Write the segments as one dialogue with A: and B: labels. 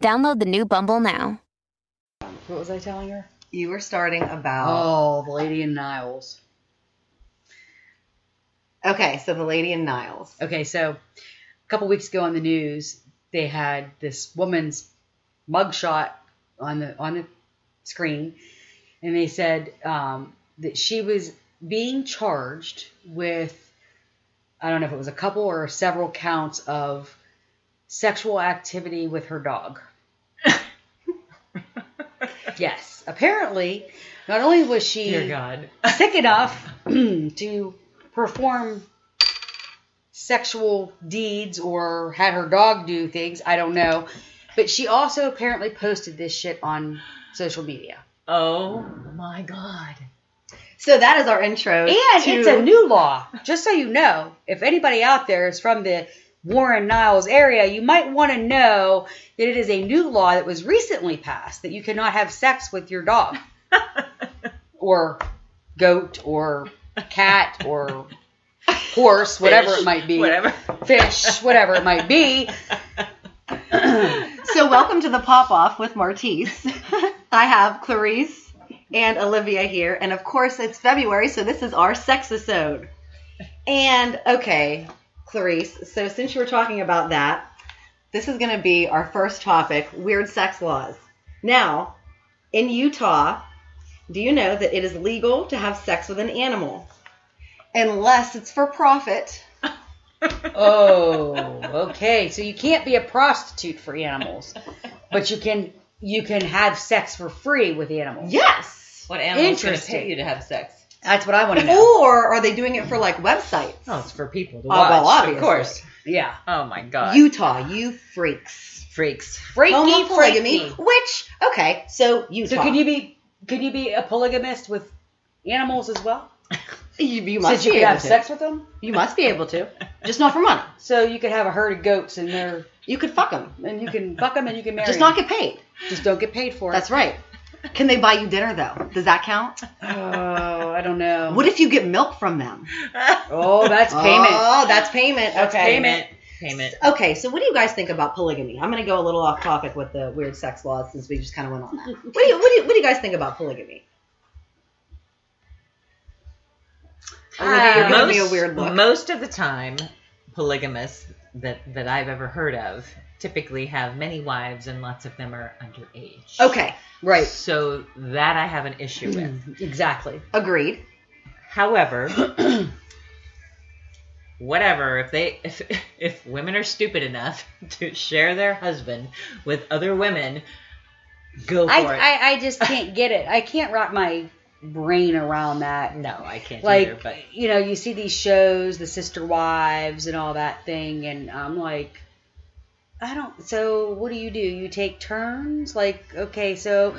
A: Download the new Bumble now.
B: What was I telling her?
C: You were starting about.
B: Oh, the lady in Niles.
C: Okay, so the lady in Niles.
B: Okay, so a couple weeks ago on the news, they had this woman's mugshot on the on the screen, and they said um, that she was being charged with I don't know if it was a couple or several counts of sexual activity with her dog. yes, apparently, not only was she
D: Dear God.
B: sick enough to perform sexual deeds or had her dog do things. I don't know. But she also apparently posted this shit on social media.
D: Oh my God.
C: So that is our intro.
B: And
C: to,
B: it's a new law. Just so you know, if anybody out there is from the Warren Niles area, you might want to know that it is a new law that was recently passed that you cannot have sex with your dog or goat or cat or horse, whatever it
D: Fish,
B: might be.
D: Whatever.
B: fish, whatever it might be.
C: so welcome to the pop off with Martise. I have Clarice and Olivia here, and of course it's February, so this is our sexisode. And okay, Clarice. So since you were talking about that, this is going to be our first topic: weird sex laws. Now, in Utah, do you know that it is legal to have sex with an animal, unless it's for profit?
B: Oh, okay. So you can't be a prostitute for animals, but you can you can have sex for free with animals.
C: Yes.
D: What animal's going to
B: Interesting.
D: pay you to have sex?
B: That's what I want to know.
C: Or are they doing it for like websites?
D: Oh, it's for people to
C: Oh, well,
D: watch.
C: obviously.
D: Of course.
B: Yeah.
D: Oh my God.
C: Utah, you freaks.
D: freaks.
B: Freaky,
C: Homo polygamy,
B: freaky.
C: which okay, so Utah.
B: So could you be could you be a polygamist with animals as well?
C: You,
B: Since
C: you must
B: you
C: be
B: could
C: able
B: have
C: to.
B: sex with them,
C: You must be able to, just not for money.
B: so you could have a herd of goats and they're
C: You could fuck them,
B: and you can fuck them and you can marry.
C: just not
B: them.
C: get paid.
B: just don't get paid for it.
C: That's right. Can they buy you dinner though? Does that count?
B: Oh, I don't know.
C: What if you get milk from them?
B: oh, that's payment.
C: Oh, that's payment.
B: That's
C: okay.
B: payment.
D: Payment.
C: Okay, so what do you guys think about polygamy? I'm going to go a little off topic with the weird sex laws since we just kind of went on that. What do, you, what, do you, what do you guys think about polygamy? Olivia, you're
B: Um,
C: giving me a weird look.
D: most of the time, polygamists that, that I've ever heard of typically have many wives and lots of them are underage.
C: Okay, Mm.
B: Right.
D: So that I have an issue with.
B: Exactly.
C: agreed.
D: However, whatever, if they if if women are stupid enough to share their husband with other women, go for
B: I,
D: it.
B: I, I just can't get it. I can't wrap my brain around that.
D: no, I can't
B: Like,
D: either, but
B: you know, you see these shows, the sister wives and all that thing, and I'm like, I don't. So, what do you do? You take turns? Like, okay, so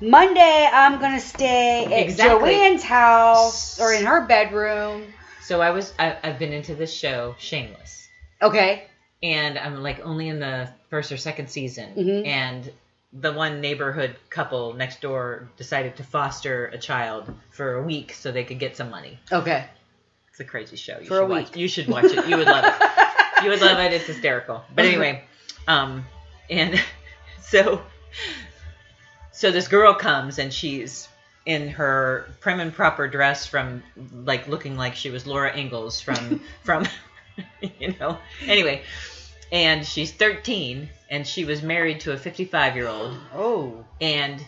B: Monday I'm going to stay at
D: Exactly.
B: Joanne's house or in her bedroom.
D: so I was I, I've been into this show, Shameless.
B: Okay.
D: and I'm like only in the first or second season,
B: Mhm.
D: and the one neighborhood couple next door decided to foster a child for a week so they could get some money.
B: Okay.
D: It's a crazy show. You
B: For
D: should
B: a
D: watch.
B: week.
D: You should watch it. You would love it. you would love it. It's hysterical. But anyway, um, and so so this girl comes and she's in her prim and proper dress from like looking like she was Laura Ingalls from from you know anyway and she's 13 and she was married to a 55 year old
B: Oh.
D: and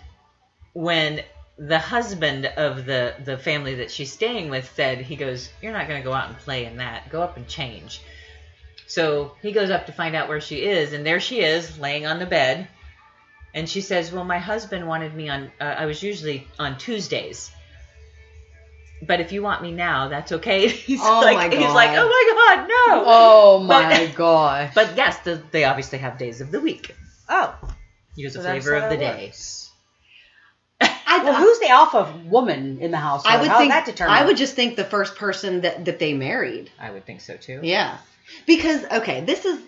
D: when the husband of the the family that she's staying with said he goes you're not going to go out and play in that go up and change so he goes up to find out where she is and there she is laying on the bed and she says well my husband wanted me on uh, i was usually on tuesdays but if you want me now that's okay he's
C: Oh
D: like
C: my
D: he's like
C: God.
D: oh my god no
B: Oh
D: But-
B: my god.
D: but yes the, they obviously have days of the week
B: oh,
D: use
B: So
D: a
B: that's
D: flavor
B: how
D: of the
B: that
D: day
B: works.
C: I,
B: Well, who's the alpha woman in the household?
C: I would
B: How's
C: think
B: that determined?
C: I would just think the first person that that they married.
D: i would think so too
C: Yeah. Because okay, this is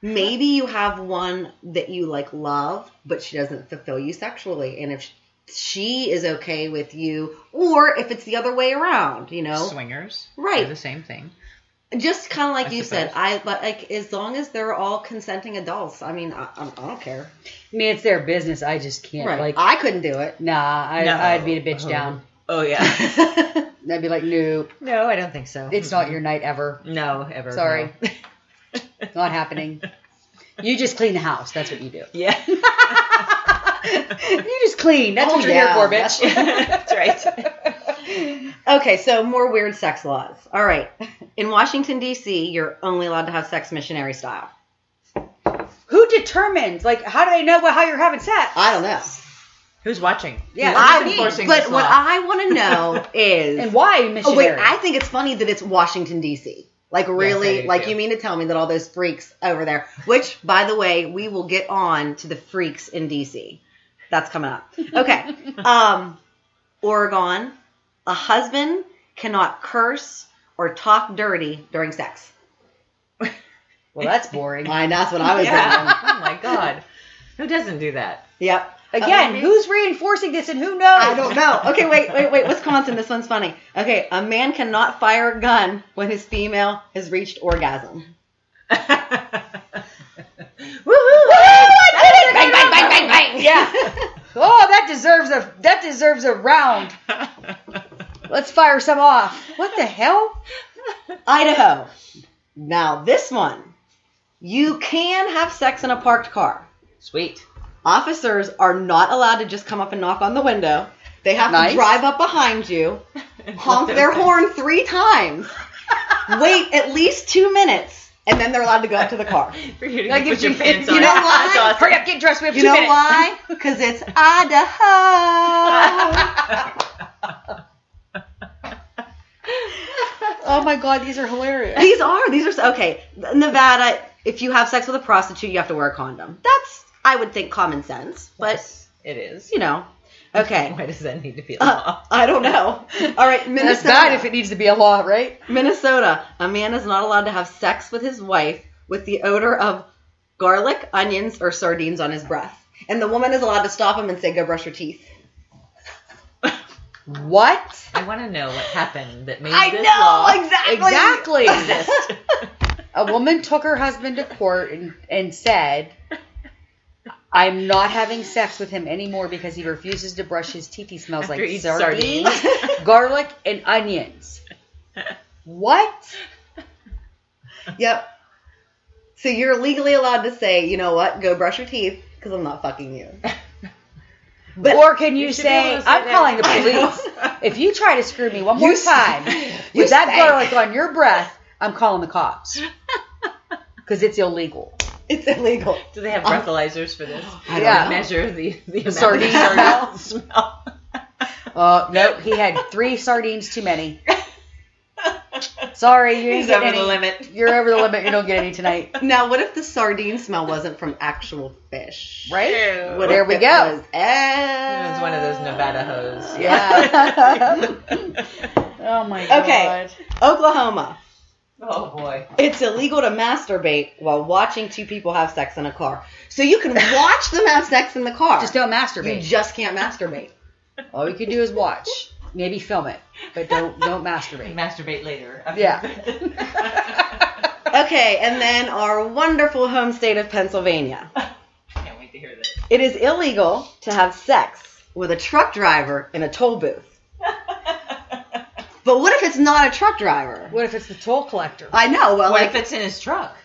C: maybe you have one that you like love, but she doesn't fulfill you sexually and if she is okay with you or if it's the other way around, you know.
D: swingers
C: Right.
D: are the same thing
C: Just kind of like
D: I
C: you
D: suppose.
C: said, I li- like as long as they're all consenting adults. I mean, I, I I don't care.
B: I mean, it's their business. I just can't.
C: right.
B: Like,
C: I couldn't do it.
B: nah, I,
D: No.
B: I'd beat a bitch
D: Oh.
B: down.
D: oh yeah
B: I'd be like, nope,
D: no i don't think so
B: it's not your night ever.
D: no ever no.
B: Sorry. Not happening. You just clean the house. That's what you do.
D: yeah
B: You just clean. That's
C: Oh,
B: what you're
C: yeah.
B: here for,
C: That's
B: bitch.
D: that's right
C: Okay, so more weird sex laws. All right. In Washington D.C., you're only allowed to have sex missionary style.
B: Who determines? Like, how do they know what, how you're having sex?
C: I don't know.
D: Who's watching?
B: Yeah,
D: Who's
B: I mean,
D: enforcing
C: But
D: this
C: what
D: law?
C: I want to know is
B: And why
C: Oh
B: missionary?
C: wait, I think it's funny that it's Washington D.C. Like really,
D: do,
C: like
D: too.
C: you mean to tell me that all those freaks over there, which by the way, we will get on to the freaks in D.C. That's coming up. Okay. um Oregon, a husband cannot curse or talk dirty during sex.
B: well, that's boring.
C: I know, that's what I was thinking.
D: yeah. oh my god, who doesn't do that?
C: Yep.
B: Again,
C: Uh,
B: who's reinforcing this and who knows?
C: I don't know. Okay, wait, wait, wait. Wisconsin, this one's funny. Okay, a man cannot fire a gun when his female has reached orgasm.
B: Bang, bang, bang, bang, bang. Yeah. Oh, that deserves a that deserves a round. Let's fire some off. What the hell?
C: Idaho. Now, this one. You can have sex in a parked car.
D: Sweet.
C: Officers are not allowed to just come up and knock on the window. They have
B: Nice.
C: to drive up behind you, honk their horn three times, wait at least two minutes, and then they're allowed to go up to the car.
D: For you to
B: That
D: put
B: gives
D: your
B: you-
D: pants
B: you
D: on.
C: know
D: That's
C: why?
D: awesome.
B: Hurry up, get dressed. We have
C: You
B: two
C: know
B: minutes.
C: why? Because it's Idaho.
B: Oh my god, these are hilarious.
C: These are these are so- okay. Nevada, if you have sex with a prostitute, you have to wear a condom. That's I would think common sense, but
D: It is.
C: you know, okay.
D: Why does that need to be a
C: Uh,
D: law?
C: I don't know. All right,
B: That's
C: Minnesota.
B: bad if it needs to be a law, right?
C: Minnesota. A man is not allowed to have sex with his wife with the odor of garlic, onions, or sardines on his breath. And the woman is allowed to stop him and say, "Go brush your teeth."
B: What?
D: I want to know what happened that made
C: I
D: this
C: know, exactly.
D: law
B: Exactly.
D: exist.
B: a woman took her husband to court and, and said, I'm not having sex with him anymore because he refuses to brush his teeth. He smells
D: After
B: like
D: each
B: sardines, garlic, and onions. What?
C: Yep. So you're legally allowed to say, "You know what? Go brush your teeth," because I'm not fucking you. But-
B: or can you,
D: You should be
B: say,
D: able to say
B: I'm
D: that.
B: calling the
C: I know.
B: police? If you try to screw me one more
C: You s-
B: time
C: you
B: with that
C: say-
B: garlic on your breath, I'm calling the cops. Because it's illegal.
C: It's illegal.
D: Do they have breathalyzers for this?
C: I don't
B: Yeah.
C: know.
D: Measure the the,
B: sardine
D: amount of smell.
B: Uh, nope, he had three sardines too many. Sorry, you ain't
D: He's
B: getting
D: over the
B: any.
D: limit.
B: You're over the limit. You don't get any tonight,
C: Now, what if the sardine smell wasn't from actual fish?
B: right?
D: Ew.
C: What
B: There
C: if
B: we
C: it
B: go.
C: was-
D: It was one of those Nevada hoes.
B: Yeah. oh my god.
C: Okay. Oklahoma.
D: oh boy.
C: It's illegal to masturbate while watching two people have sex in a car. So you can watch them have sex in the car.
B: Just don't
C: you
B: masturbate.
C: just can't masturbate.
B: All you can do is watch. Maybe film it, but don't don't masturbate.
D: Masturbate later.
B: Yeah.
C: Okay, and then our wonderful home state of Pennsylvania.
D: Can't wait to hear this.
C: It is illegal to have sex with a truck driver in a toll booth. But what if it's not a truck driver?
B: What if it's the toll collector?
C: I know. Well,
D: What
C: like
D: if it's in his truck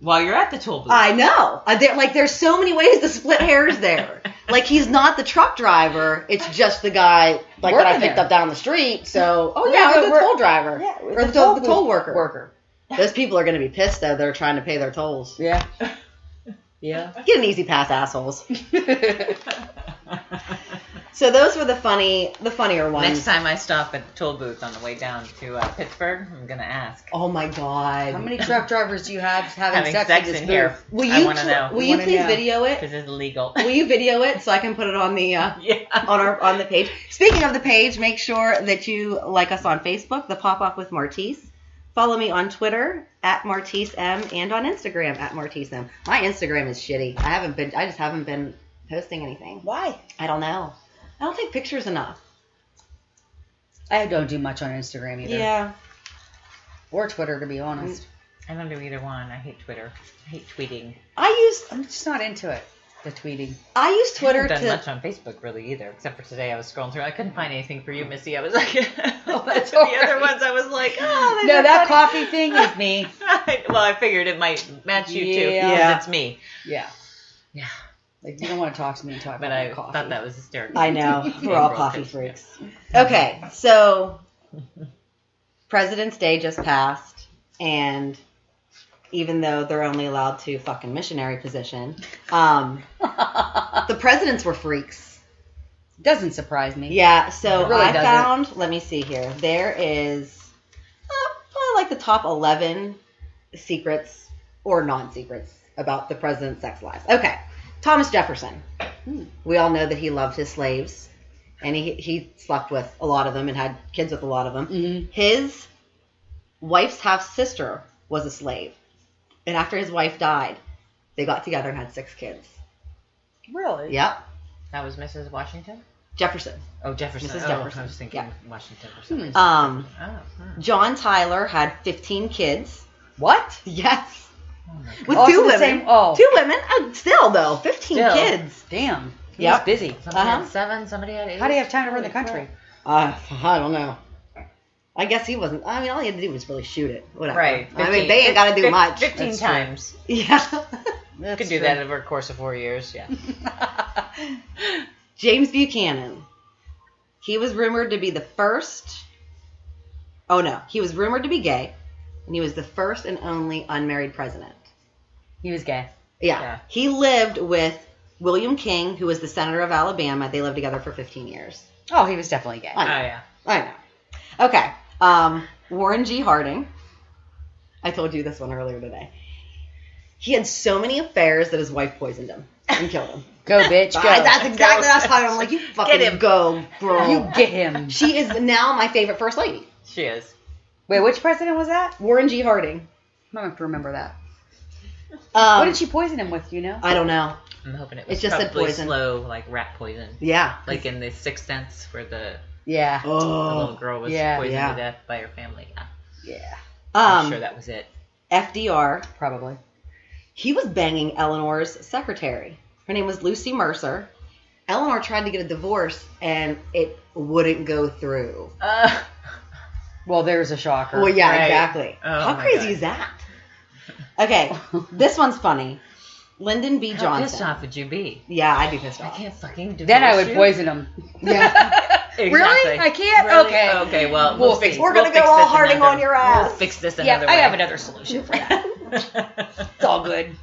D: while you're at the toll booth?
C: I know. Uh, there- like, there's so many ways to split hairs there. Like he's not the truck driver. It's just the guy like that I
B: Working
C: picked
B: there.
C: up down the street. So
B: Yeah,
C: oh yeah,
B: but
C: the
B: we're-
C: toll driver
B: yeah,
C: or the toll, the toll worker.
B: Worker.
C: Those people are going to be pissed though. They're trying to pay their tolls.
B: Yeah. Yeah.
C: Get an easy pass, assholes. So those were the funny, the funnier ones.
D: Next time I stop at the toll booth on the way down to uh, Pittsburgh, I'm gonna ask.
C: Oh my god.
B: How many truck drivers do you have having,
D: Having
B: sex,
D: sex
B: in this
D: in
B: booth?
D: here.
C: Will
D: I
C: you
D: wanna
C: pl-
D: know.
C: will you
B: Wanna
C: please
B: know.
C: video it?
D: This is illegal.
C: Will you video it so I can put it on the uh,
D: yeah.
C: on our on the page? Speaking of the page, make sure that you like us on Facebook, the Pop Up with Martise. Follow me on Twitter at Martise M and on Instagram at Martise M. My Instagram is shitty. I haven't been. I just haven't been posting anything.
B: Why?
C: I don't know. I don't take pictures enough.
B: I don't do much on Instagram either. Or Twitter, to be
C: Mm.
B: honest.
D: I don't do either one. I hate Twitter. I hate tweeting.
C: I use
B: I'm just not into it, the tweeting.
C: I use
D: I
C: Twitter
D: haven't
C: to.
D: done much on Facebook really either, except for today I was scrolling through. I couldn't find anything for you, Missy. I was like, all that's the
B: alright.
D: other ones. I was like, oh, they
B: No,
D: look
B: that coffee
D: funny.
B: thing is me.
D: well, I figured it might match you too. 'cause
B: Yeah.
D: it's me.
B: Yeah.
D: Yeah.
B: Like, you don't want to talk to me and talk
D: But
B: about
D: I
B: coffee.
D: thought that was hysterical.
C: I know. We're all
D: April
C: coffee
D: fifth, yeah.
C: freaks. Okay, so President's Day just passed, and even though they're only allowed to fucking missionary position, um, the presidents were freaks.
B: Doesn't surprise me.
C: Yeah, so
B: It really
C: I
B: doesn't.
C: found, let me see here, there is uh, probably like the top 11 secrets or non secrets about the president's sex lives. Okay, Thomas Jefferson.
B: Hmm.
C: We all know that he loved his slaves and he, he slept with a lot of them and had kids with a lot of them.
B: Mhm.
C: His wife's half sister was a slave. And after his wife died, they got together and had six kids.
B: Really?
C: Yep,
D: That was Mrs. Washington?
C: Jefferson.
D: Oh, Jefferson.
C: Mrs.
D: Oh,
C: Jefferson,
D: I was thinking
C: yeah.
D: Washington for some reason.
C: Um,
D: oh, hmm.
C: John Tyler had 15 kids.
B: What?
C: Yes.
D: Oh my God.
C: With
B: Also
C: two
B: the
C: women.
B: same- oh.
C: Two women. uh, still, though, 15
B: Still.
C: kids.
B: Damn. He
C: Yep.
B: was busy.
D: Somebody
C: uh-huh.
D: had seven, somebody had eight.
B: How do you have time to run the country?
C: Uh, I don't know. I guess he wasn't. I mean, all he had to do was really shoot it. Whatever.
D: Right.
C: I
D: 15
C: mean, they ain't got to do
D: fif-
C: much.
D: 15
C: That's true.
D: times.
C: Yeah.
D: You could do that over a course of four years, yeah.
C: James Buchanan. He was rumored to be the first. Oh, no. He was rumored to be gay, and he was the first and only unmarried president.
B: He was gay.
C: Yeah.
D: Yeah.
C: He lived with William King, who was the senator of Alabama. They lived together for 15 years.
B: Oh, he was definitely gay.
D: oh
C: I know.
D: yeah.
C: I know. Okay. Um, Warren G. Harding. I told you this one earlier today. He had so many affairs that his wife poisoned him and killed him.
B: Go, bitch. Go.
C: Ah, that's exactly that's how I'm like, you fucking
D: him.
C: go, girl.
B: you get him.
C: she is now my favorite first lady.
D: She is.
B: Wait, which president was that?
C: Warren G. Harding.
B: I'm going to have to remember that.
C: Um,
B: what did she poison him with, you know?
C: I don't know.
D: I'm hoping it
C: It
D: was
C: just said
D: probably
C: poison.
D: slow, like rat poison.
C: Yeah.
D: Like in the Sixth Sense where the,
B: yeah.
D: the little
C: oh.
D: girl was
B: yeah,
D: poisoned
C: yeah.
D: to death by her family. Yeah.
B: Yeah.
D: I'm
C: Um,
D: sure that was it.
C: FDR.
B: Probably.
C: He was banging Eleanor's secretary. Her name was Lucy Mercer. Eleanor tried to get a divorce and it wouldn't go through.
D: Uh,
B: Well, there's a shocker.
C: Well, yeah,
D: Right.
C: exactly.
D: Oh,
C: How
D: my
C: crazy
D: God.
C: is that? Okay, this one's funny. Lyndon B.
D: how pissed
C: Johnson.
D: off would you be?
C: Yeah, I'd be pissed
D: I
C: off.
D: can't fucking do
B: Then I would poison him.
C: Yeah. Oh.
D: Exactly.
B: Really? I can't?
D: Really?
B: Okay.
D: Okay, well,
B: We'll
D: we'll,
B: fix-
D: fix
C: we're
D: we'll
C: gonna go
D: fix
C: all
D: this
C: Harding on
D: another-
C: your
D: We'll
C: ass.
D: fix this
B: Yeah,
D: another
B: I
D: way.
B: have another solution for that.
D: it's
B: It's all good.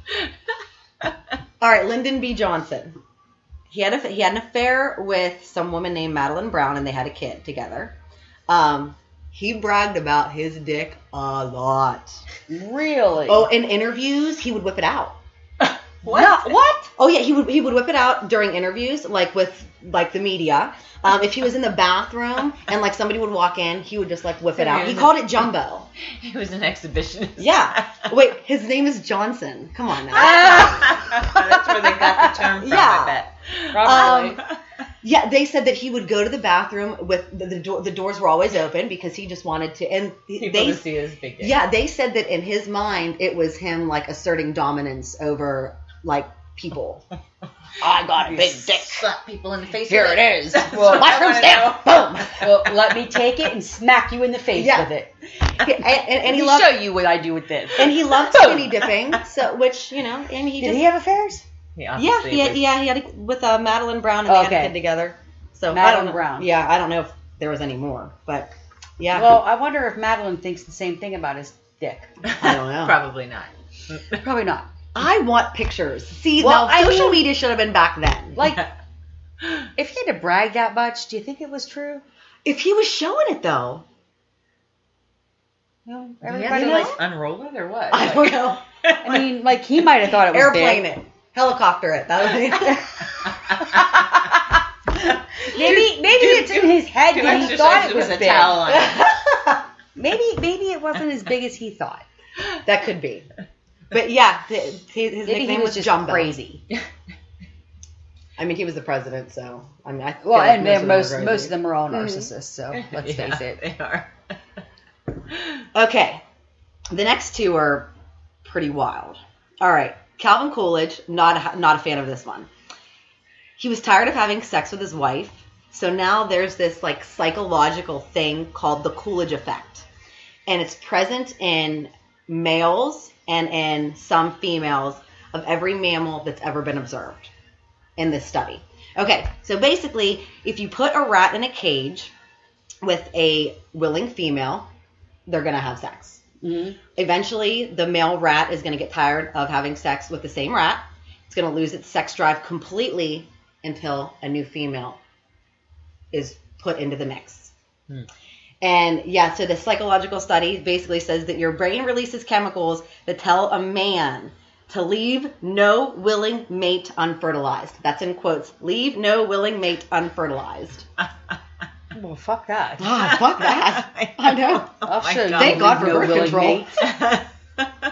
C: All right, Lyndon B. Johnson. He had a he had an affair with some woman named Madeline Brown, and they had a kid together. Um, he bragged about his dick a lot.
B: Really?
C: Oh, in interviews, he would whip it out.
D: What?
C: No, what? Oh yeah, he would he would whip it out during interviews, like with like the media. Um, if he was in the bathroom and like somebody would walk in, he would just like whip it out. He called it jumbo.
D: He was an exhibitionist.
C: Yeah. Wait, his name is Johnson. Come on now.
D: That's where they got the term from,
C: Yeah.
D: I bet.
B: Probably.
C: Um, yeah, they said that he would go to the bathroom with the, the door. The doors were always open because he just wanted to. And
D: People
C: they
D: to see his big dick.
C: Yeah, they said that in his mind it was him like asserting dominance over like people. I got a big dick.
D: Slap people in the face.
B: Here
D: with
B: it is.
D: what I
C: Mushrooms
D: wanna
C: down. Boom.
B: well, let me take it and smack you in the face
C: Yeah.
B: with it.
C: And, and, and he
B: Let me
C: loved
B: show you what I do with this.
C: and Oh. he loved skinny dipping. So which you know, and he
B: Did
C: just
B: he have affairs?
D: He
C: Yeah,
D: obviously
C: he had,
D: was-
C: yeah, he had a, with uh, Madeline Brown and they had
B: Okay.
C: a kid together. So I
B: Madeline
C: don't know,
B: Brown.
C: Yeah, I don't know if there was any more, but yeah,
B: Well, I wonder if Madeline thinks the same thing about his dick.
C: I don't know.
D: Probably not.
B: Probably not.
C: I want pictures. See,
B: Well,
C: now
B: I
C: social
B: mean-
C: media should have been back then.
B: Like, if he had to brag that much, do you think it was true?
C: If he was showing it though,
B: No,
D: Did he
B: everybody
D: have to
C: know?
B: like.
D: like unroll it or what?
C: I don't know.
B: I mean, like he might have thought it was
C: Airplane
B: big.
C: it, helicopter it. That would
B: Maybe, maybe
D: Dude,
B: it's in his head
D: Two
B: that he thought
D: exercises
B: it was
D: with a
B: big.
D: towel on. it.
B: Maybe, maybe it wasn't as big as he thought.
C: be- that could be. But yeah, th- his, his
B: Maybe
C: nickname
B: he was
C: was
B: just
C: Jumbo.
B: crazy.
C: I mean, he was the president, so I mean, I feel
B: Well,
C: like
B: and they're
C: most
B: most
C: of them are
B: most of
C: crazy.
B: them are all narcissists. So let's
D: Yeah,
B: face it.
D: They are.
C: Okay, the next two are pretty wild. All right, Calvin Coolidge, not a, not a fan of this one. He was tired of having sex with his wife, so now there's this like psychological thing called the Coolidge effect, and it's present in males and in some females of every mammal that's ever been observed in this study. Okay, so basically, if you put a rat in a cage with a willing female, they're gonna have sex
B: Mhm.
C: eventually the male rat is going to get tired of having sex with the same rat it's going to lose its sex drive completely until a new female is put into the mix
D: Hmm.
C: and yeah so the psychological study basically says that your brain releases chemicals that tell a man to leave no willing mate unfertilized that's in quotes leave no willing mate unfertilized
B: Well, fuck that.
C: ah fuck that i know
B: Oh,
D: my
B: sure,
D: God.
C: Thank God for
B: no
C: birth
B: willing
C: control.
B: mate.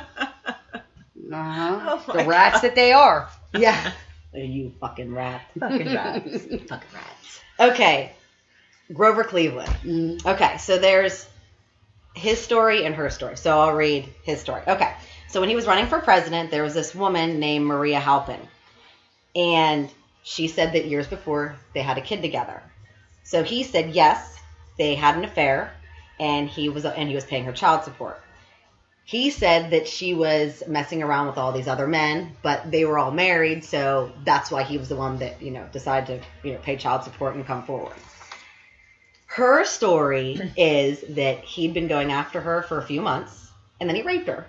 B: Uh-huh.
D: Oh, my
B: the rats that they are.
C: yeah you fucking rat
D: Fucking rats.
C: Fucking rats. Okay. Grover Cleveland.
B: Mm.
C: Okay, so there's his story and her story. So I'll read his story. Okay. So when he was running for president, there was this woman named Maria Halpin. And she said that years before they had a kid together. So he said yes, they had an affair and he was and he was paying her child support. He said that she was messing around with all these other men, but they were all married, so that's why he was the one that, you know, decided to, you know, pay child support and come forward. Her story is that he'd been going after her for a few months and then he raped her.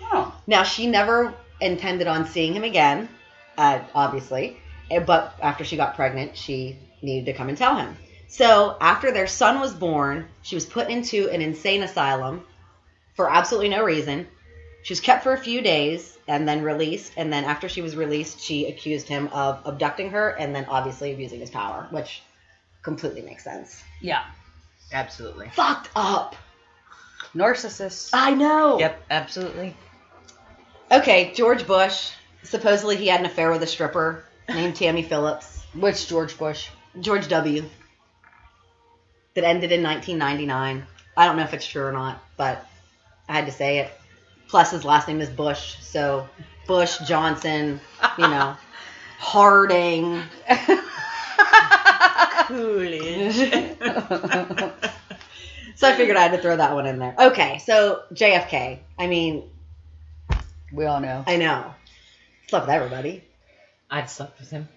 B: Oh.
C: Now she never intended on seeing him again, uh, obviously, eh, but after she got pregnant, she needed to come and tell him. So after their son was born, she was put into an insane asylum for absolutely no reason. She was kept for a few days and then released. And then after she was released, she accused him of abducting her and then obviously abusing his power, which completely makes sense.
B: Yeah.
D: Absolutely.
C: Fucked up.
B: Narcissists.
C: I know.
D: Yep, absolutely.
C: Okay, George Bush. Supposedly he had an affair with a stripper named Tammy Phillips.
B: Which George Bush?
C: George W. That ended in 1999. I don't know if it's true or not, but I had to say it. Plus, his last name is Bush, so Bush Johnson, you know, Harding.
D: Coolidge.
C: So I figured I had to throw that one in there. Okay, so JFK. I mean,
B: We all know.
C: I know. Slept with everybody.
D: I'd slept with him.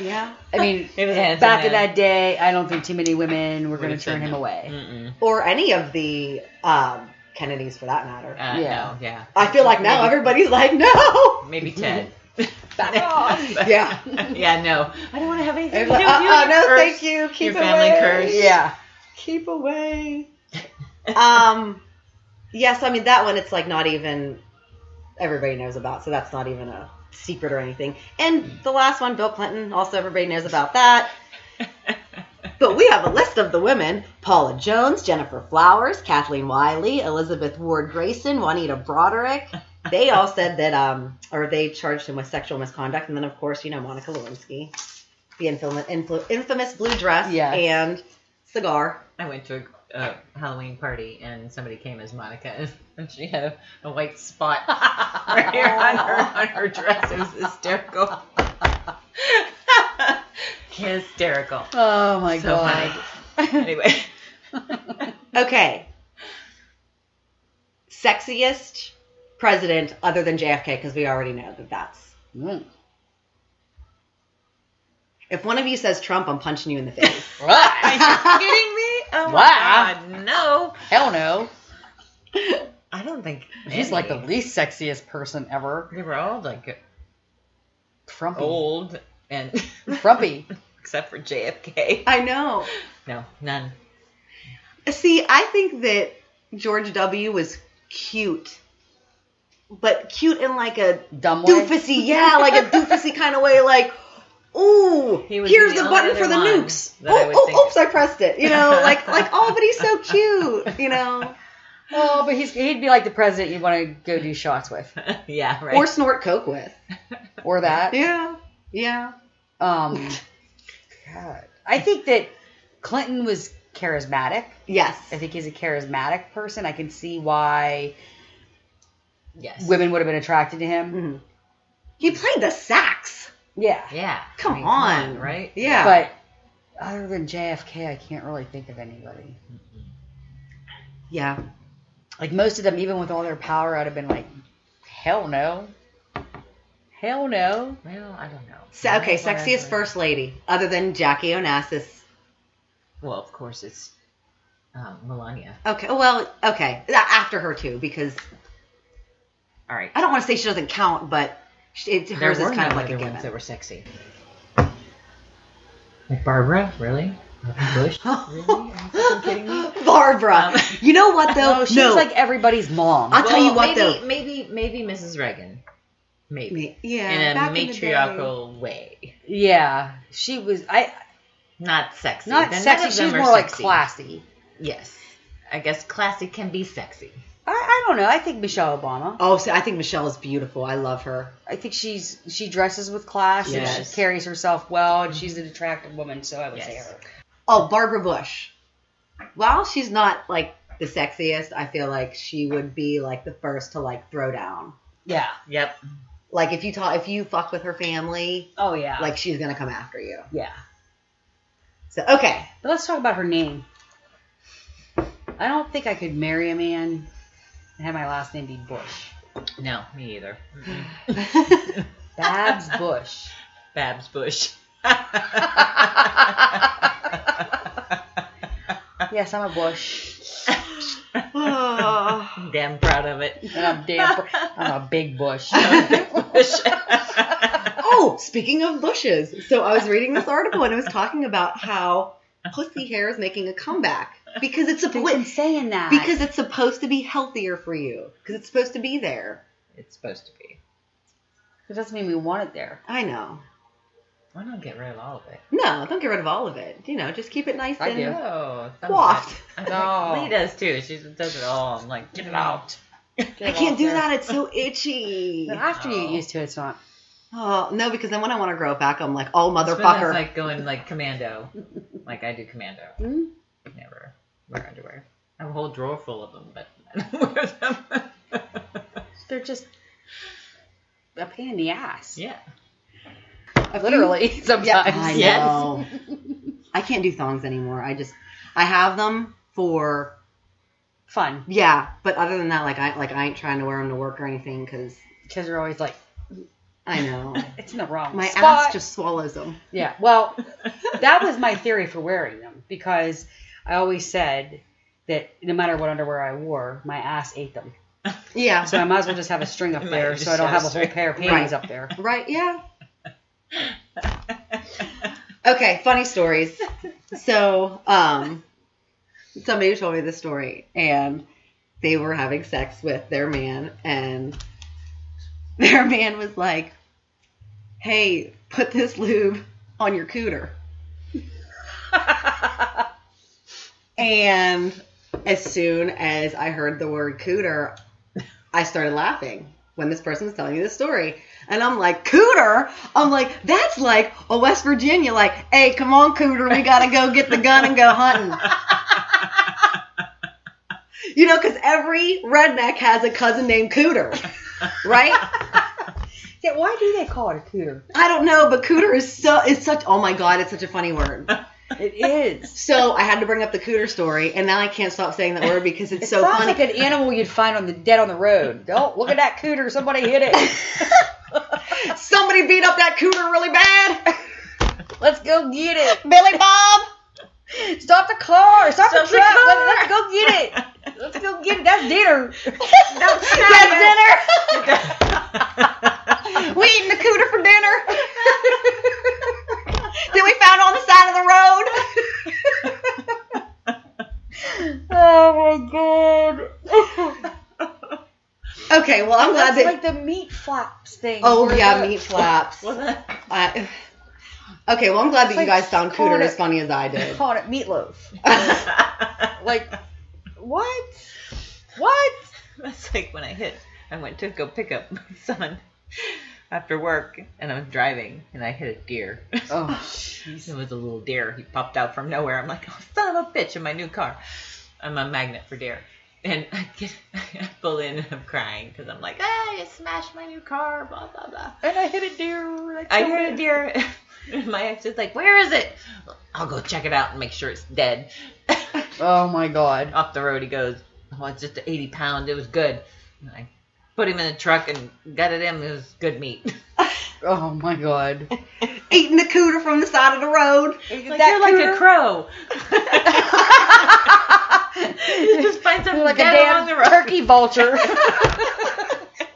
C: Yeah.
B: I mean,
D: It was handsome
B: back in
D: man.
B: that day, I don't think too many women were going to
D: Would've
B: turn
D: said
B: him
D: no.
B: away.
D: Mm-mm.
C: Or any of the um, Kennedys for that matter.
D: Uh,
B: Yeah.
D: No, yeah.
C: I feel like now
D: Maybe-
C: everybody's like, no.
D: Maybe Ted.
B: Back off.
C: Yeah.
D: yeah, no. I don't want to have anything to do
C: Like,
D: with
C: uh,
D: you.
C: uh,
D: and
C: no,
D: your curse.
C: thank you. Keep
D: your family
C: away.
D: curse.
B: Yeah.
C: Keep away. um, yes, I mean that one. It's like not even everybody knows about, so that's not even a secret or anything. And the last one, Bill Clinton, also everybody knows about that. But we have a list of the women: Paula Jones, Jennifer Flowers, Kathleen Wiley, Elizabeth Ward Grayson, Juanita Broderick. They all said that, um, or they charged him with sexual misconduct, and then of course, you know, Monica Lewinsky, the infamous, influ- infamous blue dress
B: Yes.
C: and cigar.
D: I went to a uh, Halloween party and somebody came as Monica and she had a, a white spot right here on her on her dress. It was hysterical. hysterical.
B: Oh my
D: so
B: god.
D: funny. Anyway.
C: Okay. Sexiest president other than JFK, because we already know that that's
B: Mm.
C: If one of you says Trump, I'm punching you in the face.
D: Are
B: What?
D: you kidding me? Oh
B: Wow.
D: my god, no.
B: Hell no.
D: I don't think
B: She's
D: any-
B: like the least sexiest person ever.
D: They were all like
B: Trumpy.
D: old and
B: Trumpy.
D: except for JFK.
C: I know.
D: No, none.
C: See, I think that George W. was cute, but cute in like a
B: Dumb way.
C: doofusy, yeah, like a doofusy kind of way, like, ooh,
D: He was
C: here's
D: the
C: the, button
D: only
C: for the
D: other one
C: nukes.
D: that I
C: Oh,
D: would think-
C: oh, oops, I pressed it. You know, like, like, oh, but he's so cute. You know,
B: Oh, but he's, he'd be like the president you want to go do shots with.
D: yeah, right.
C: or snort coke with.
B: Or that.
C: Yeah, yeah.
B: Um, God. I think that Clinton was charismatic.
C: Yes.
B: I think he's a charismatic person. I can see why
D: yes.
B: women would have been attracted to him.
C: Mhm. He played the sax.
B: Yeah.
D: Yeah.
C: Come
D: I mean,
C: on.
D: right?
C: Yeah.
B: But other than JFK, I can't really think of anybody.
C: yeah.
B: Like most of them, even with all their power, I'd have been like, hell no. Hell no.
D: Well, I don't know.
C: So, okay,
D: That's what I
C: sexiest
D: heard.
C: first lady, other than Jackie Onassis.
D: Well, of course it's um, Melania.
C: Okay, oh, well, okay, A- after her too, because
D: All right.
C: I don't want to say she doesn't count, but she, it,
D: There
C: hers is
D: were
C: kind of
D: no
C: like a
D: other ones that
C: given.
D: were sexy. Like Barbara, really? Barbara Bush? really? Are you fucking kidding me?
C: Barbara,
D: Um, Oh,
C: you know what though?
B: No, she's like everybody's mom.
C: I'll tell you what,
D: maybe,
C: though.
D: Maybe maybe Mrs. Reagan. Maybe.
C: yeah,
D: in a
C: back in the day.
D: matriarchal way.
B: yeah. She was, I,
D: Not sexy.
B: not
D: Then none
B: sexy.
D: of
B: She
D: them
B: was
D: are
B: more like
D: sexy.
B: classy.
D: Yes. I guess classy can be sexy.
B: I, I don't know. I think Michelle Obama.
C: Oh, so I think Michelle is beautiful. I love her.
B: I think she's she dresses with class and
D: Yes.
B: she carries herself well and she's an attractive woman, so I would say
D: Yes.
B: her.
C: Oh, Barbara Bush. While she's not like the sexiest, I feel like she would be like the first to like throw down.
B: Yeah.
D: Yep.
C: Like if you talk, if you fuck with her family,
B: Oh yeah.
C: like she's gonna come after you.
B: yeah.
C: So okay,
B: But let's talk about her name. I don't think I could marry a man and have my last name be Bush.
D: No, me either. Mm-mm.
B: Babs Bush.
D: Babs Bush.
B: Yes, I'm a Bush.
C: Oh.
D: I'm damn proud of it.
B: And I'm damn pr- I'm a big Bush.
C: oh, speaking of bushes, so I was reading this article and it was talking about how pussy hair is making a comeback because it's a
B: I've been saying that.
C: because it's supposed to be healthier for you because it's supposed to be there.
D: it's supposed to be.
B: it doesn't mean we want it there.
C: I know.
D: Why not get rid of all of it?
C: No, don't get rid of all of it. You know, just keep it nice
B: I
C: and
B: do.
D: Oh,
C: waft.
D: No.
B: No.
D: Lee does too. She does it all. I'm like, get it out.
C: I can't do that. It's so itchy.
B: But after you get used to it, it's not.
C: Oh no, because then when I want to grow it back, I'm like, oh
D: It's when It's
C: motherfucker.
D: like going like commando. like I do commando.
B: Hmm?
D: Never wear underwear. I have a whole drawer full of them, but I don't wear them.
B: They're just a pain in the ass.
D: yeah.
B: Literally, sometimes.
C: I
D: Yes.
C: know. I can't do thongs anymore. I just I have them for
B: Fun.
C: Yeah, but other than that, like I like I ain't trying to wear them to work or anything because
B: Because you're always like,
C: I know
B: it's in the wrong
C: my
B: spot.
C: ass just swallows them.
B: Yeah. Well, that was my theory for wearing them because I always said that no matter what underwear I wore, my ass ate them.
C: Yeah,
B: So I might as well just have a string up
D: You might
B: there
D: just
B: so I don't
D: have
B: have a
D: a
B: whole
D: string.
B: pair of panties
C: Right.
B: up there.
C: right. Yeah. Okay, funny stories. So, um, somebody told me this story, and they were having sex with their man, and their man was like, "Hey, put this lube on your cooter." And as soon as I heard the word cooter, I started laughing when this person was telling me this story. And I'm like, cooter? I'm like, that's like a West Virginia, like, hey, come on, cooter, we gotta go get the gun and go hunting. you know, because every redneck has a cousin named cooter, right?
B: Yeah, why do they call it a cooter?
C: I don't know, but cooter is so, it's such, oh my God, it's such a funny word.
B: It is.
C: So I had to bring up the cooter story, and now I can't stop saying that word because it's
B: It
C: so
B: sounds
C: funny.
B: like an animal you'd find on the dead on the road. Oh, look at that cooter! Somebody hit it.
C: Somebody beat up that cooter really bad.
B: Let's go get it.
C: Billy Bob.
B: Stop the car. Stop,
D: Stop
B: the
D: the
B: truck.
D: car.
B: Let's, let's go get it. Let's go get it. That's dinner.
C: That's dinner. we eating the cooter for dinner. that we found on the side of the road.
B: Oh my god.
C: Okay, well I'm glad
B: That's
C: that.
B: like the meat flaps thing.
C: oh
B: where
C: yeah,
B: the-
C: meat flaps.
D: Well, that-
C: I- okay, well I'm glad that
B: like
C: you guys found
B: calling
C: cooter
B: it-
C: as funny as I did.
B: Calling it meatloaf. Like what? What?
D: That's like when I hit. I went to go pick up my son after work, and I was driving, and I hit a deer.
B: Oh,
D: it was a little deer. He popped out from nowhere. I'm like, oh, son of a bitch, in my new car. I'm a magnet for deer. And I get, I pull in and I'm crying because I'm like, ah, you smashed my new car, blah, blah, blah.
B: and I hit a deer. Like,
D: I heard a deer. And my ex is like, where is it? I'll go check it out and make sure it's dead.
B: Oh my god.
D: Off the road he goes, oh, it's just 80 pounds. It was good. And I put him in a truck and got it in. It was good meat.
B: Oh my god.
C: Eating the cooter from the side of the road.
D: Like,
B: That
D: you're like
B: cooter-
D: a crow. you just find something
B: like a
D: dead
B: damn
D: along the road.
B: turkey vulture.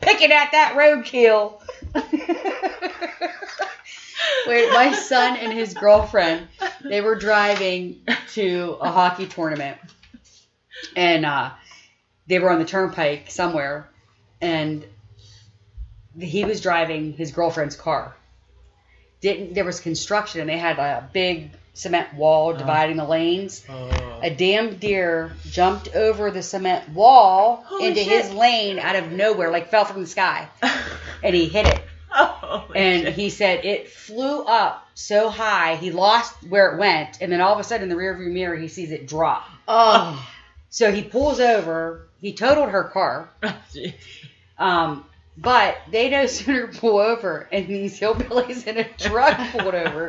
B: Picking at that roadkill. Wait, my son and his girlfriend, they were driving to a hockey tournament. And uh, they were on the turnpike somewhere. And he was driving his girlfriend's car. Didn't there was construction and they had a big cement wall dividing the lanes. A damn deer jumped over the cement wall
D: Holy
B: into
D: shit.
B: his lane out of nowhere, like fell from the sky, and he hit it.
D: Oh,
B: And
D: shit.
B: he said it flew up so high he lost where it went, and then all of a sudden in the rearview mirror he sees it drop.
C: Oh,
B: So he pulls over. He totaled her car, um, but they no sooner pull over, and these hillbillies in a truck pulled over,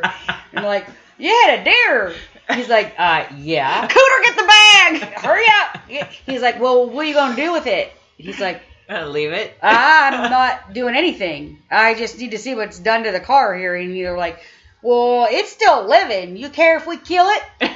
B: and like, "You had a deer." He's like, "Uh, yeah."
C: cooter, get the bag.
B: hurry up. He's like, well, what are you going to do with it? He's like,
D: I'll leave it.
B: I'm not doing anything. I just need to see what's done to the car here. And you're like, well, it's still living. You care if we kill it?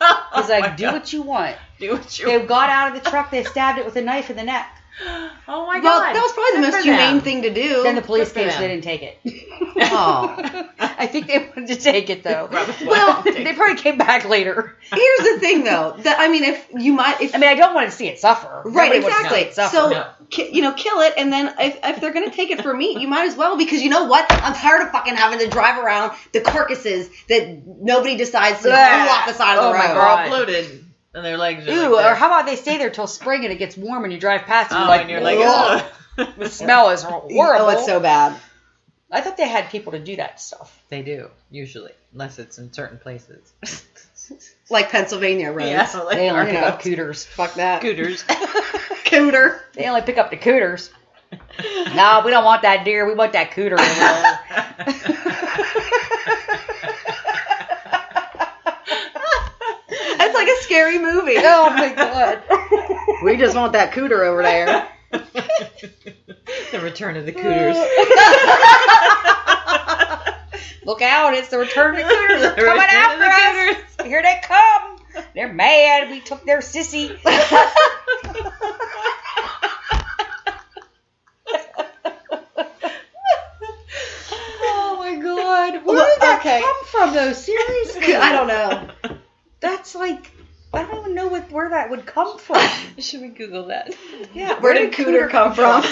C: Oh
B: He's like, do what you want.
D: Oh do what you.
B: They got out of the truck. They stabbed it with a knife in the neck.
D: Oh my
C: Well,
D: god.
C: that was probably the
D: Good
C: most
D: for them.
C: humane thing to do.
B: Then the police came,
D: Good for
B: so they
D: them.
B: didn't take it.
C: oh.
B: I think they wanted to take it, though.
D: Probably.
B: Well, they probably came back later.
C: Here's the thing, though. That I mean, if you might, if
B: I mean, I don't want to see it suffer.
C: Right,
B: Nobody wants to see
C: exactly.
B: it suffer.
C: So,
D: No.
C: ki- you know, kill it, and then if, if they're gonna take it for meat, you might as well because you know what? I'm tired of fucking having to drive around the carcasses that nobody decides to pull
B: Blah.
C: off the side of the
B: Oh my
C: road.
D: They're all
B: God.
D: bloated, and their legs are.
B: Ooh,
D: like
B: or
D: this.
B: how about they stay there till spring and it gets warm and you drive past and
D: Oh,
B: you're like,
D: and you're like,
B: "Ugh."
D: oh.
B: the smell is horrible.
C: Oh, it's so bad.
B: I thought they had people to do that stuff.
D: they do usually, unless it's in certain places.
C: Like Pennsylvania roads.
D: like
B: They only
C: Or
B: pick
C: no.
B: up cooters.
C: Fuck that.
D: scooters.
C: Cooter.
B: They only pick up the cooters. no, we don't want that deer. We want that cooter. over there.
C: It's like a scary movie.
B: oh my god.
C: we just want that cooter over there.
D: the return of the cooters.
B: Look out! It's the return of the cooters. They're
D: The
B: coming
D: return of
B: after
D: the
B: us. Here they come. They're mad. We took their sissy. oh my god! Where
C: Well,
B: did that
C: okay.
B: come from, though? Seriously,
C: I don't know.
B: That's like I don't even know what where that would come from.
D: Should we Google that?
B: Yeah,
C: Where did cooter come from?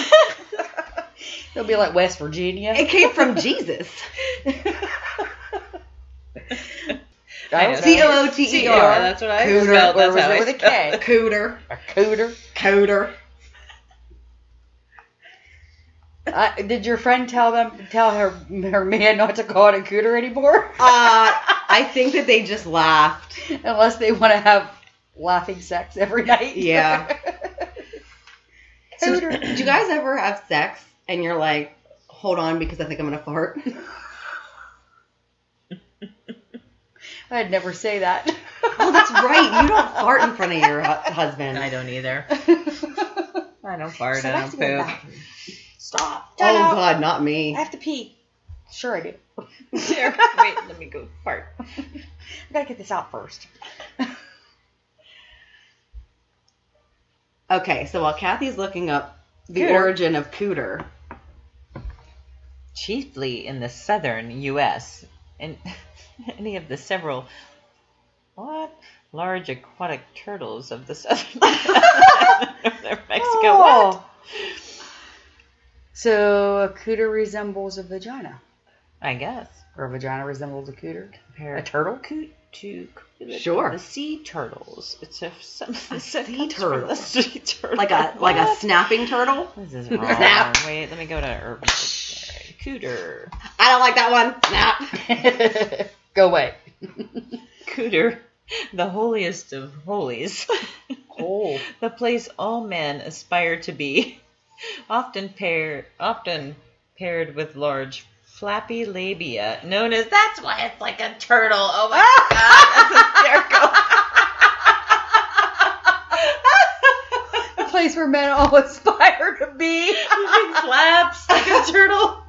B: It'll be like West Virginia.
C: It came from Jesus.
B: I don't
C: C
B: know.
C: O O T E
D: Yeah,
C: R.
D: that's what I
C: Cooter,
D: spelled.
B: Or
D: That's
B: was
D: how
B: it
D: I
B: with a K?
D: spelled
C: Cooter.
B: A cooter.
C: Cooter.
B: Uh, did your friend tell them tell her her man not to call it a cooter anymore?
C: Uh, I think that they just laughed.
B: Unless they want to have laughing sex every night.
C: Yeah. So,
B: cooter.
C: do you guys ever have sex and you're like, hold on because I think I'm gonna fart?
B: I'd never say that.
C: Well, Oh, that's right. You don't fart in front of your hu- husband.
D: I don't either.
C: oh
D: I don't fart.
B: So I
D: I
B: have
D: don't
B: to go
D: poop.
B: back. Stop. Shut up.
C: God, not
B: I
C: me.
B: have to pee. Sure I do.
D: There. Wait, let me go fart.
B: I gotta get this out first.
C: Okay, so while Kathy's looking up the
B: Cooter.
C: origin of cooter,
D: Chiefly in the southern U.S. and any of the several what large aquatic turtles of the southern northern Mexico. What?
B: Oh. So a cooter resembles a vagina,
D: I guess.
B: or a vagina resembles a cooter.
D: Compare
B: A turtle?
D: coot to the-
C: Sure.
D: The sea turtles. It's a some
C: A
D: some
C: sea
D: comes from
C: turtle.
D: a sea turtle.
C: like a like a
D: What?
C: snapping turtle.
D: This is wrong.
C: Snap.
D: Wait, let me go to urban dictionary. Cooter.
C: I don't like that one. Snap.
B: Go away.
D: Cooter, the holiest of holies,
B: Oh,
D: the place all men aspire to be, often pair, often paired with large flappy labia, known as that's why it's like a turtle. Oh my god, that's hysterical.
B: the place where men all aspire to be.
D: Using flaps like a turtle.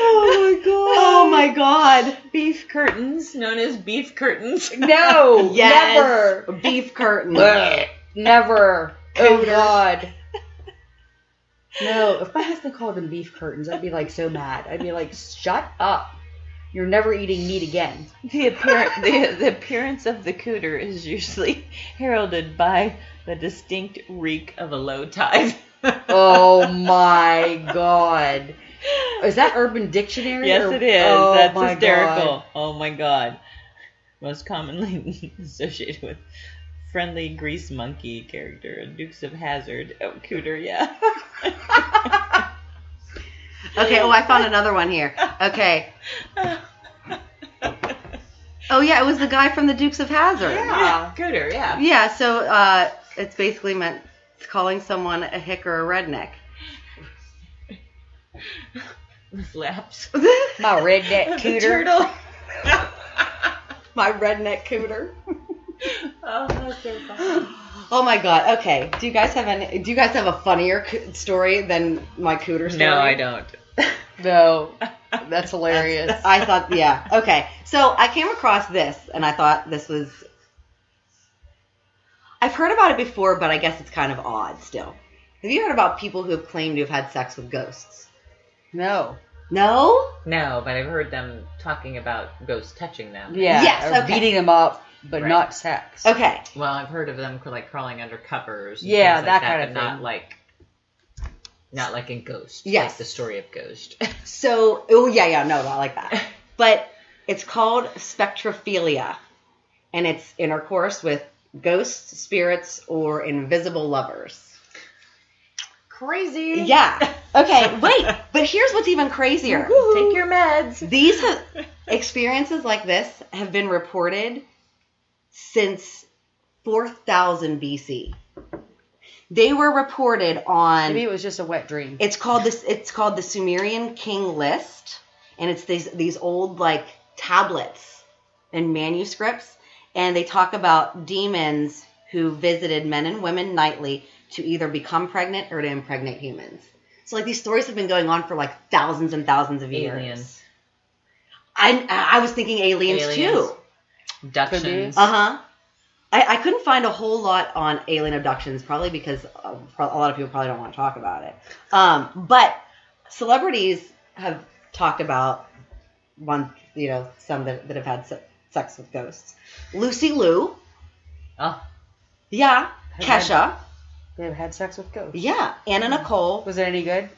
B: Oh my god.
C: Oh my god.
D: Um, Beef curtains, known as beef curtains.
B: No,
C: Yes. Beef curtain.
B: never, never. Oh god. No, if my husband called them beef curtains, I'd be like so mad. I'd be like, shut up. You're never eating meat again.
D: The, appear- the, the appearance of the cooter is usually heralded by the distinct reek of a low tide.
B: Oh my god. Is that Urban Dictionary?
D: yes,
B: or-
D: it is.
B: Oh
D: That's
B: my
D: hysterical.
B: God.
D: Oh my god. Most commonly associated with friendly grease monkey character, Dukes of Hazard. Oh, cooter, yeah.
C: Okay, oh I found another one here. Okay. Oh yeah, it was the guy from the Dukes of Hazard.
D: yeah, cooter, yeah.
C: Yeah, so uh, it's basically meant calling someone a hick or a redneck.
D: Flaps.
B: My redneck
D: The
B: cooter.
D: turtle.
C: My redneck cooter.
D: Oh, that's so funny.
C: Oh my god. Okay. Do you guys have any? Do you guys have a funnier co- story than my cooter story?
D: No, I don't.
B: No, that's hilarious.
C: I thought, yeah. Okay. So I came across this, and I thought this was. I've heard about it before, but I guess it's kind of odd still. Have you heard about people who have claimed to have had sex with ghosts?
B: no.
C: No.
D: No, but I've heard them talking about ghosts touching them.
B: Yeah.
C: Yes,
B: or
C: okay.
B: Beating them up, but
D: Right.
B: not sex.
C: Okay.
D: Well, I've heard of them like crawling under covers. and
B: Yeah,
D: things like
B: that kind of
D: but Not
B: thing.
D: like, not like in Ghost.
C: Yes.
D: like the story of Ghost.
C: So, oh yeah, yeah, no, not like that. But it's called spectrophilia, and it's intercourse with ghosts, spirits, or invisible lovers.
D: Crazy.
C: Yeah. Okay. Wait. But here's what's even crazier.
D: Take your meds.
C: These ha- experiences like this have been reported since 4000 BC. They were reported on.
B: Maybe it was just a wet dream.
C: It's called this. It's called the Sumerian King List, and it's these these old like tablets and manuscripts, and they talk about demons who visited men and women nightly to either become pregnant or to impregnate humans. So like these stories have been going on for like thousands and thousands of years.
D: Aliens.
C: I I was thinking aliens,
D: Aliens.
C: too.
D: Abductions.
C: Uh huh. I, I couldn't find a whole lot on alien abductions, probably because uh, pro- a lot of people probably don't want to talk about it. Um, but celebrities have talked about one, you know, some that, that have had se- sex with ghosts. Lucy Liu,
D: Oh,
C: yeah,
B: Have
C: Kesha,
B: They've had sex with ghosts.
C: yeah, Anna Nicole.
B: Was it any good?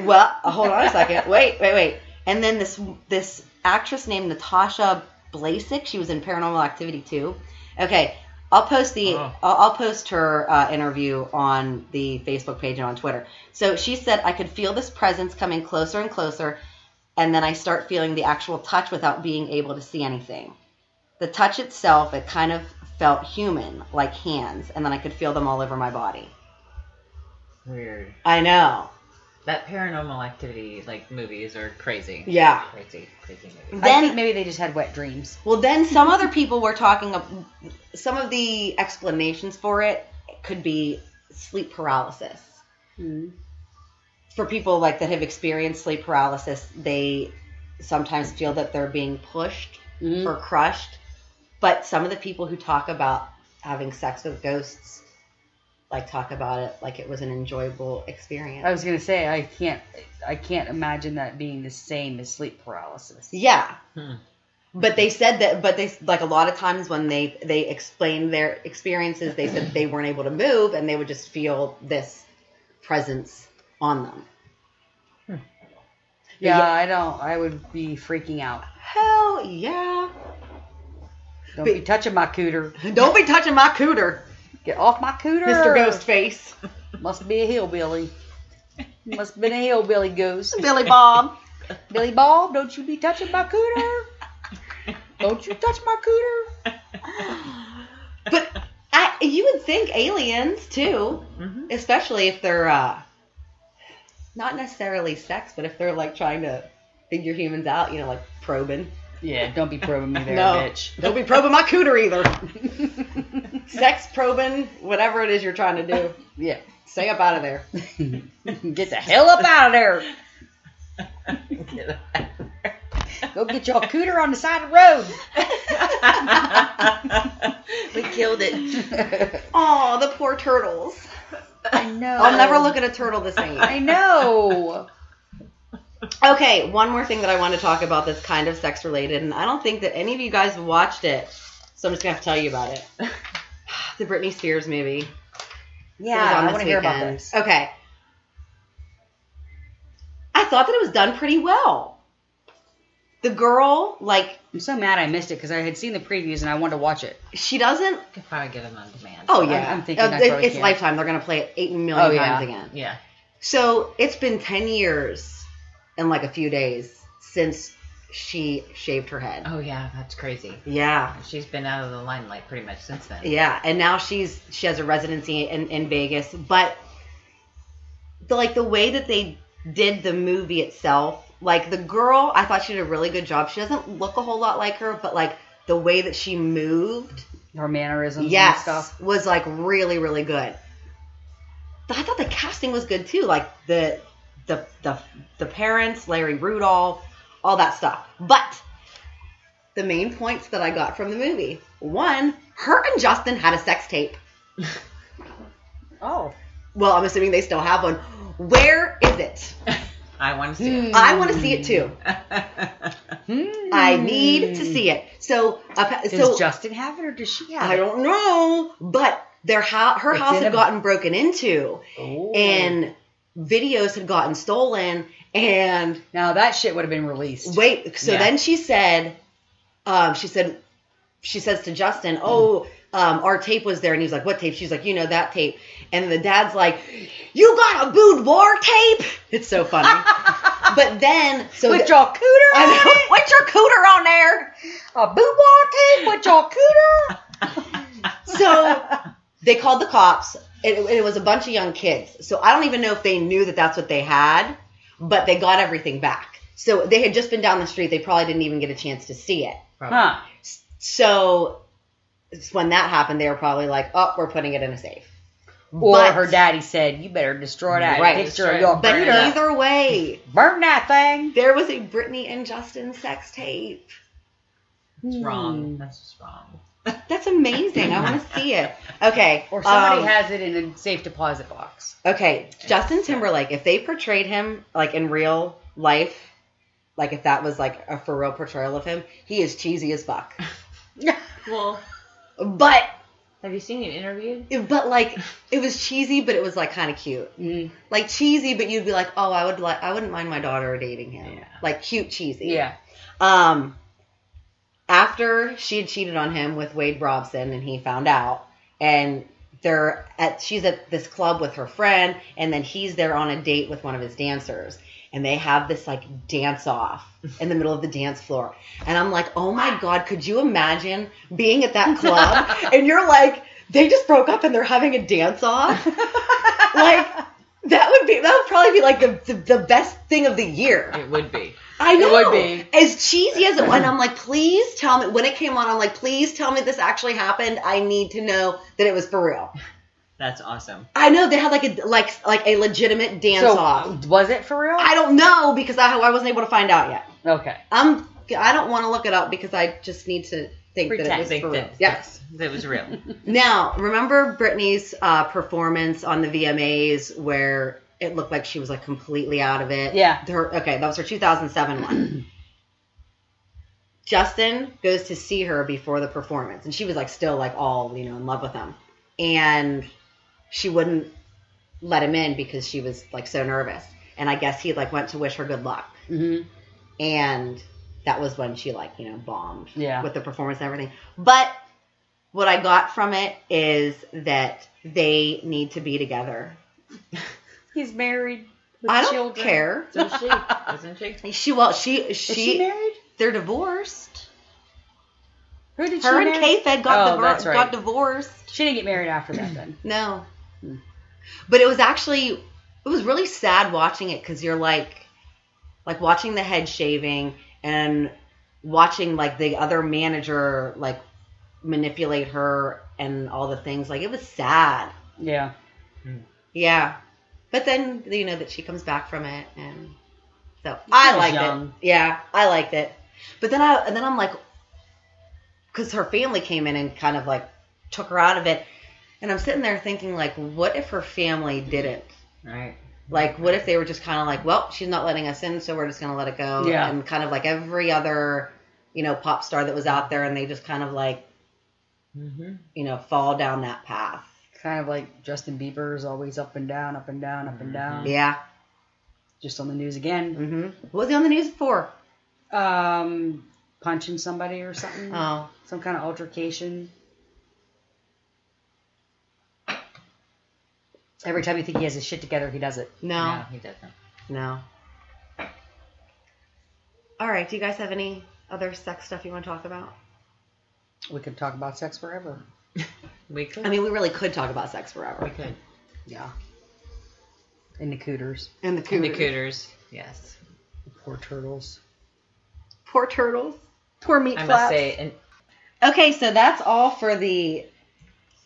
C: Well, hold on a second. Wait, wait, wait. And then this this actress named Natasha Blasik. She was in Paranormal Activity too. Okay, I'll post the
D: Oh.
C: I'll, I'll post her uh, interview on the Facebook page and on Twitter. So she said, "I could feel this presence coming closer and closer, and then I start feeling the actual touch without being able to see anything. The touch itself, it kind of felt human, like hands, and then I could feel them all over my body.
D: weird.
C: I know."
D: That paranormal activity like movies are crazy.
C: Yeah.
D: Crazy, crazy movies.
B: I
C: Then
B: think maybe they just had wet dreams.
C: Well, then some other people were talking. Of, some of the explanations for it could be sleep paralysis. Hmm. For people like that have experienced sleep paralysis, they sometimes feel that they're being pushed
B: Mhm.
C: or crushed. But some of the people who talk about having sex with ghosts, like talk about it like it was an enjoyable experience.
B: I was gonna say I can't I can't imagine that being the same as sleep paralysis.
C: Yeah.
D: Hmm.
C: But they said that, but they like a lot of times when they they explained their experiences, they said they weren't able to move and they would just feel this presence on them.
B: Yeah,
C: Yeah.
B: I don't. I would be freaking out.
C: Hell yeah!
B: Don't be touching my cooter.
C: Don't be touching my cooter,
B: Get off my cooter,
C: Mister Ghostface,
B: Must be a hillbilly. Must have been a hillbilly ghost.
C: Billy Bob.
B: Billy Bob, don't you be touching my cooter. Don't you touch my cooter.
C: But I, you would think aliens too,
D: Mhm.
C: especially if they're uh, not necessarily sex, but if they're like trying to figure humans out, you know, like probing.
B: Yeah, don't be probing me there,
C: No.
B: bitch.
C: Don't be probing my cooter either. Sex probing, whatever it is you're trying to do.
B: Yeah.
C: Stay up out of there.
B: Get the hell up out of there.
D: Get out.
B: Go get your cooter on the side of the road.
D: we killed it.
C: Oh, the poor turtles.
B: I know.
C: I'll never look at a turtle the same.
B: I know.
C: Okay, one more thing that I want to talk about that's kind of sex related, and I don't think that any of you guys watched it, so I'm just gonna have to tell you about it. the Britney Spears movie. It was
B: Yeah, I
C: on this
B: want to hear about
C: weekend.
B: this.
C: Okay. I thought that it was done pretty well. The girl, like,
B: I'm so mad I missed it because I had seen the previews and I wanted to watch it.
C: she doesn't
D: You could probably get them on demand.
C: Oh yeah,
B: I'm thinking
C: Uh,
B: I
C: it-
B: probably
C: it's
B: can.
C: Lifetime. They're gonna play it eight million
B: Oh, yeah.
C: times again.
D: Yeah.
C: So it's been ten years and like a few days since she shaved her head.
D: Oh yeah, that's crazy.
C: Yeah,
D: She's been out of the limelight pretty much since then.
C: yeah, and now she's she has a residency in in Vegas, but the, like the way that they did the movie itself, like the girl, I thought she did a really good job. She doesn't look a whole lot like her, but like the way that she moved
B: Her mannerisms and
C: yes,
B: stuff.
C: was like really really good. I thought the casting was good too, like the the the the parents, Larry Rudolph, all that stuff. But the main points that I got from the movie: one, her and Justin had a sex tape.
B: Oh.
C: Well, I'm assuming they still have one. Where is it?
D: I want to see it.
C: I want to see it too.
B: Hmm.
C: I need to see it. So, uh,
B: Does
C: so
B: Justin have it or does she have
C: I
B: it?
C: don't know, but their house, her
B: It's
C: house
B: in
C: had
B: a-
C: gotten broken into.
B: Oh.
C: and videos had gotten stolen. And
B: now that shit would have been released.
C: wait, so
D: Yeah.
C: then she said, um, she said, she says to
B: Mm-hmm.
C: Justin, "Oh, um, our tape was there," and he's like, "What tape?" She's like, "You know that tape." And the dad's like, "You got a boudoir tape?" It's so funny. but then, so
B: With
C: th-
B: your cooter
C: I
B: on
C: know.
B: it?
C: What's your cooter on there?
B: A boudoir tape with your cooter?
C: So they called the cops. It, it was a bunch of young kids. So I don't even know if they knew that that's what they had, but they got everything back. So they had just been down the street. They probably didn't even get a chance to see it.
D: Probably.
B: Huh.
C: So it's when that happened, they were probably like, oh, we're putting it in a safe.
B: Or
C: But-
B: her daddy said, you better destroy that
C: Right.
B: picture of your
C: But
D: Burn it
B: cooter.
D: up.
C: either way,
B: Burn that thing.
C: there was a Britney and Justin sex tape.
D: It's
B: Hmm.
D: wrong. That's just wrong.
C: That's amazing. I want to see it. Okay.
B: Or somebody
C: um,
B: has it in a safe deposit box.
C: Okay, Justin Timberlake, if they portrayed him like in real life, like if that was like a for real portrayal of him, he is cheesy as fuck.
D: Well,
C: But
D: have you seen an interview?
C: but like it was cheesy, but it was like kind of cute.
B: Mm.
C: Like cheesy, but you'd be like, "Oh, I would like I wouldn't mind my daughter dating him."
D: Yeah.
C: Like cute cheesy.
B: Yeah.
C: Um after she had cheated on him with Wade Robson and he found out and they're at she's at this club with her friend and then he's there on a date with one of his dancers and they have this like dance off in the middle of the dance floor and i'm like oh my god could you imagine being at that club and you're like they just broke up and they're having a dance off like That would be that would probably be like the, the, the best thing of the year.
D: It would be.
C: I know.
B: would be.
C: As cheesy as it was, I'm like, please tell me when it came on. I'm like, please tell me this actually happened. I need to know that it was for real.
D: That's awesome.
C: I know they had like a like like a legitimate dance
B: so
C: off.
B: was it for real?
C: I don't know because I I wasn't able to find out yet.
B: okay.
C: I'm I don't want to look it up because I just need to think that it
D: I
C: was
D: think
C: for real.
D: that
C: Yes.
D: that was real.
C: Now, remember Britney's uh, performance on the VMAs where it looked like she was like completely out of it?
B: Yeah.
C: Her, okay, that was her 2007 one. Justin goes to see her before the performance, and she was like still like all, you know, in love with him. And she wouldn't let him in because she was like so nervous. And I guess he like went to wish her good luck.
B: hmm
C: And that was when she like, you know, bombed
B: Yeah.
C: with the performance and everything. But what I got from it is that they need to be together.
B: He's married. With
C: I don't
B: children.
C: care.
D: So she isn't she?
C: She well, she she,
B: Is she, married?
C: they're divorced.
B: Who did
C: Her
B: she
C: and
B: marry?
C: K Fed got
B: Oh,
C: divor-
B: that's right.
C: got divorced.
B: She didn't get married after that then.
C: No,
B: Hmm.
C: but it was actually it was really sad watching it because you're like like watching the head shaving and watching like the other manager like manipulate her and all the things like it was sad.
B: Yeah.
C: Yeah. But then you know that she comes back from it and so I
B: was
C: liked it.
B: young.
C: Yeah, I liked it. But then I and then I'm like cuz her family came in and kind of like took her out of it and I'm sitting there thinking like what if her family didn't?
D: Right.
C: Like what if they were just kind of like, well, she's not letting us in, so we're just going to let it go
B: Yeah.
C: and kind of like every other, you know, pop star that was out there and they just kind of like,
D: Mm-hmm.
C: you know, fall down that path.
B: Kind of like Justin Bieber is always up and down, up and down, up and down.
C: Yeah.
B: Just on the news again.
C: Mhm. What was he on the news for? Mm-hmm.
B: Um, punching somebody or something.
C: Oh.
B: Some kind of altercation. Every time you think he has his shit together, he does it.
C: No.
D: No, Oh, he doesn't.
C: No. All right. Do you guys have any other sex stuff you want to talk about?
B: We could talk about sex forever.
D: We could.
C: I mean, we really could talk about sex
D: we
C: forever.
D: could.
B: Yeah. And the cooters.
C: And the
D: And the
C: cooters.
D: cooters. Yes.
B: Poor turtles.
C: Poor turtles. Poor meat
D: I must
C: flaps.
D: say, and
C: Okay, so that's all for the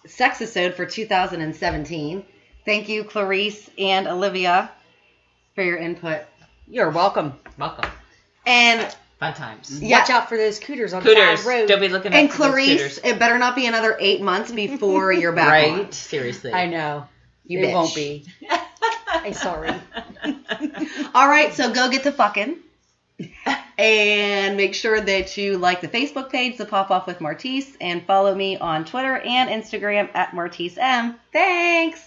C: sex episode for 2017. Thank you, Clarice and Olivia, for your input.
B: You're welcome.
D: welcome.
C: And
D: Fun times.
C: yeah,
B: Watch out for those cooters on the
D: Cooters.
B: side road.
D: Don't be looking
C: and
D: out for those
C: Clarice,
D: cooters.
C: it better not be another eight months before you're back
D: right?
C: on.
D: Seriously.
B: I know.
C: You
B: it
C: bitch.
B: won't be. I'm sorry.
C: All right, so go get to fucking. And make sure that you like the Facebook page, The Pop Off with Martise, and follow me on Twitter and Instagram at Martise M. Thanks.